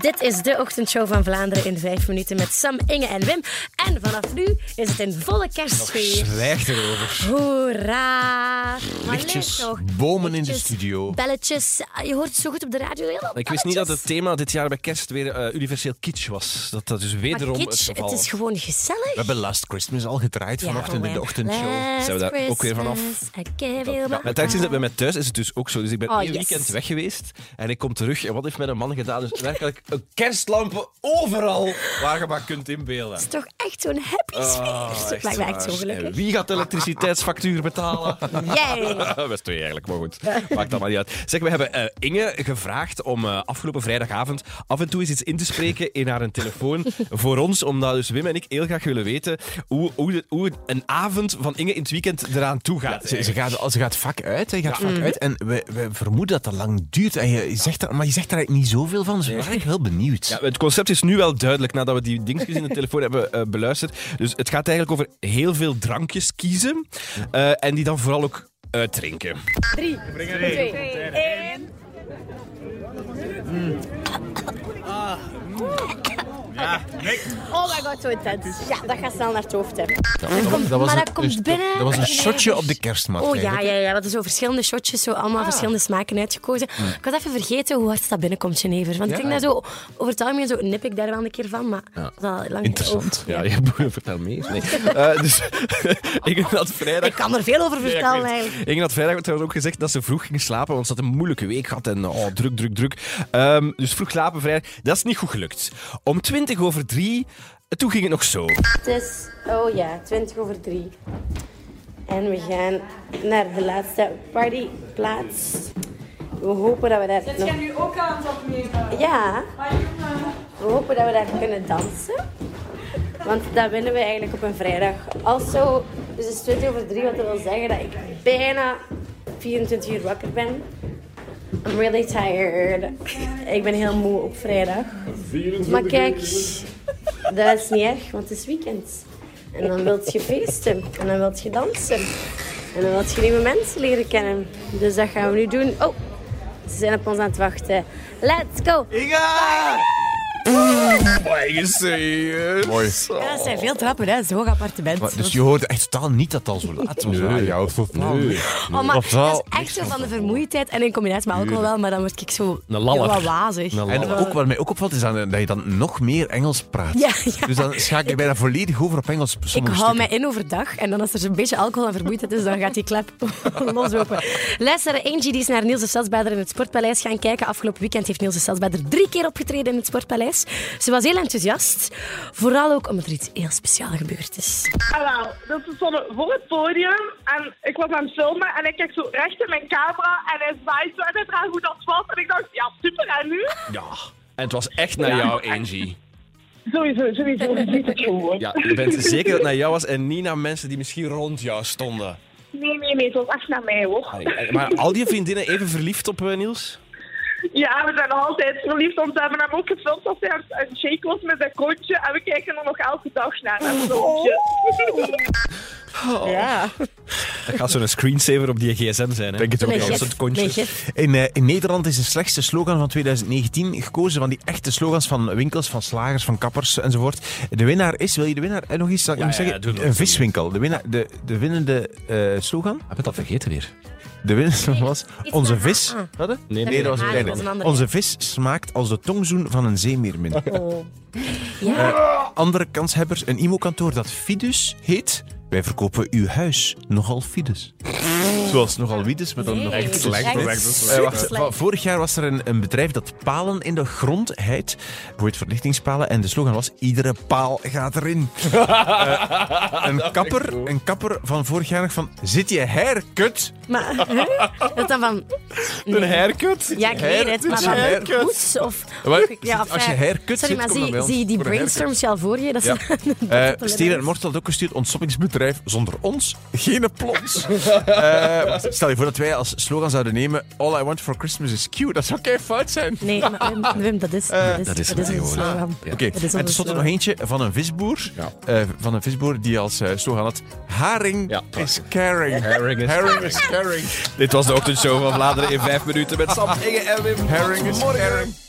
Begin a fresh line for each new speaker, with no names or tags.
Dit is de ochtendshow van Vlaanderen in vijf minuten met Sam, Inge en Wim. En vanaf nu is het in volle kerstsfeer.
Zwijg erover.
Hoera! Maar
Lichtjes,
leuk toch?
bomen in de
Lichtjes,
studio.
Belletjes. Ah, Je hoort het zo goed op de radio. Heel veel
Ik wist niet dat
belletjes.
het thema dit jaar bij kerst weer eh, universeel kitsch was. Dat dat dus
Maar
wederom
kitsch,
het
het,
geval
is gewoon gezellig. oh,
We hebben Last Christmas al gedraaid vanochtend in de ochtendshow.
Last
Zijn we daar ook weer vanaf?
Christmas, I gave you my
Maar tijdens dat we met thuis is het dus ook zo. Dus ik ben
Oh,
één
yes.
weekend weg geweest en ik kom terug. En wat heeft mijn man gedaan? Dus werkelijk een kerstlampen overal waar je maar kunt inbeelden.
Het is toch echt zo'n happy
Oh,
sfeer. dat maakt mij echt zo
waar. En
gelukkig.
Wie gaat de elektriciteitsfactuur betalen?
Jij!
Best twee eigenlijk, maar goed. Maakt dat maar niet uit. Zeg, we hebben eh, Inge gevraagd om eh, afgelopen vrijdagavond af en toe eens iets in te spreken in haar telefoon voor ons, omdat dus Wim en ik heel graag willen weten hoe, hoe, de- hoe een avond van Inge in het weekend eraan toe gaat.
Ze, ze,
eigenlijk.
gaat, ze gaat vaak uit, hè, gaat
Mm.
vaak uit. En we, we vermoeden dat dat lang duurt. En je zegt er, maar je zegt er eigenlijk niet zoveel van, dus we waren eigenlijk heel benieuwd.
Ja, het concept is nu wel duidelijk nadat we die dingetjes in de telefoon hebben eh, beluisterd. Dus het gaat eigenlijk over heel veel drankjes kiezen eh, en die dan vooral ook uitdrinken.
Oh my god, zo intens. Ja, dat gaat snel naar het hoofd. hè.
dat, was- dat was
maar
een-
dat komt
dus
binnen
Dat, dat was
en
een shotje
eigenlijk-
op de kerstmarkt.
Oh ja,
eigenlijk.
ja, ja. We hadden zo verschillende shotjes, zo allemaal
Ah.
verschillende smaken uitgekozen. Ik had even vergeten hoe hard dat binnenkomt, Genever. Want ik denk dat zo, over het algemeen zo nip ik daar wel een keer van, maar dat is al lang
Interessant.
Ja. Oh.
Ja, je boeien vertel mee. Nee. Eh, dus ik had vrijdag
Ik kan er veel over
Ja, ik
vertellen
weet het.
eigenlijk.
Inge had vrijdag trouwens ook gezegd dat ze vroeg ging slapen, want ze had een moeilijke week gehad en oh, druk, druk, druk. Ehm, dus vroeg slapen vrijdag, dat is niet goed gelukt. Om 20 over drie, eh, toen ging het nog zo.
Het is, oh ja, 20 over 3. En we gaan naar de laatste partyplaats. We hopen dat we daar
Zet
nog...
jij nu ook aan het opnemen?
Ja,
Maar jongen,
we hopen dat we daar kunnen dansen. Want dat winnen we eigenlijk op een vrijdag. Also, dus het is 20 over 3, wat dat wil zeggen dat ik bijna 24 uur wakker ben. I'm really tired. Ik ben heel moe op vrijdag. Maar kijk, dat is niet erg, want het is weekend. En dan wilt je feesten. En dan wilt je dansen. En dan wilt je nieuwe mensen leren kennen. Dus dat gaan we nu doen. Oh, ze zijn op ons aan het wachten. Let's go!
Mooi.
Ja, dat zijn veel trappen, hè? Zo'n appartement.
Maar, dus je hoorde echt totaal niet dat het al zo laat was. Ah, Ja, ja, totaal niet.
Oh, maar
Totaal
dat is echt zo van de vermoeidheid en in combinatie met alcohol wel, maar dan word ik zo
Een laller.
heel wazig.
Een
En ook wat mij ook opvalt is dan, eh, dat je dan nog meer Engels praat.
Ja, ja.
Dus dan schakel je bijna volledig over op Engels.
Ik
sommige
hou
stukken.
mij in overdag en dan als er een beetje alcohol en vermoeidheid is, dan gaat die klep losopen. Luisteren, Angie die is naar Niels de Stadsbader in het Sportpaleis gaan kijken. Afgelopen weekend heeft Niels de Stadsbader drie keer opgetreden in het Sportpaleis. Ze was heel enthousiast, vooral ook omdat er iets heel speciaals gebeurd is.
Ah, wel. Dus we stonden voor het podium en ik was aan het filmen en ik kijk zo recht in mijn camera en hij zwaait zo en hij vraagt hoe dat was. En ik dacht, ja, super, en nu?
Ja. En het was echt naar jou, Angie.
Sowieso, sowieso, dat is het gewoon.
Ja, je bent zeker dat het naar jou was en niet naar mensen die misschien rond jou stonden.
Nee, nee, nee, het was echt naar mij, hoor.
Allee, Maar al die vriendinnen even verliefd op eh, Niels?
Ja, we zijn nog altijd verliefd, want we hebben hem ook gefilmd als hij aan het- aan het shake was met zijn kontje en we kijken er nog elke dag naar. naar het filmpje.
Dat gaat zo'n screensaver op die gsm zijn, hè?
Denk het ook,
Mijn
ja.
als
gif,
het kontje.
mijn gif.
In, eh, in Nederland is de slechtste slogan van 2019 gekozen van die echte slogans van winkels, van slagers, van kappers enzovoort. De winnaar is, wil je de winnaar eh, nog iets zeggen?
Ja,
Ik moet
ja,
zeggen,
doe dat,
een
doe
viswinkel. De, winnaar, de, de winnende eh, slogan?
Heb je dat vergeten weer?
De winnaar was
iets
onze
met
vis.
haar.
Wat, hè?
nee,
nee, dat was
haar, dat
een
was een
kleine.
andere.
Onze vis smaakt als de tongzoen van een zeemeermin.
Oh. Ja,
Andere kanshebbers, een IMO-kantoor dat Fidus heet. Wij verkopen uw huis nogal Fidus. Zoals nogal Wiedus, maar dan
Nee.
nog
Echt
Fidus.
slecht, Echt echt
Eh,
slecht.
wacht, wa- vorig jaar was er een, een bedrijf dat palen in de grond heidt. Bijvoorbeeld verlichtingspalen. En de slogan was: iedere paal gaat erin. Eh, een, kapper, een kapper van vorig jaar nog van: zit je herkut?
maar... hè? Dat dan van...
Een haircut?
Ja, ik weet het, maar
Haircut, ja,
van
haircut.
poets of...
Maar
of- ja,
als
enfin,
je haircut
sorry,
zit,
maar
kom dan
zie,
bij ons
zie die
voor een haircut.
brainstorms al voor je. Dat is
Ja. Eh
dat
Steven en
is.
Mortel had ook gestuurd. Ontsnappingsbedrijf zonder ons, geen plons. Eh, stel je voor dat wij als slogan zouden nemen: All I want for Christmas is cute. Dat zou kei fout zijn.
Nee, maar Wim, Wim, dat is,
Eh,
dat is,
dat is
dat is
hem
ons
tegenwoordig.
slogan.
Oké,
Dat is eh,
en
onze
tenslotte nog
slogan.
eentje van een visboer. Eh, van een visboer die als eh, slogan had: Haring
Ja,
is caring.
Herring is
is caring.
Dit was de ochtendshow van Vlaanderen in 5 minuten met Sam, Inge en Wim.
Haring is
Morgen.
caring.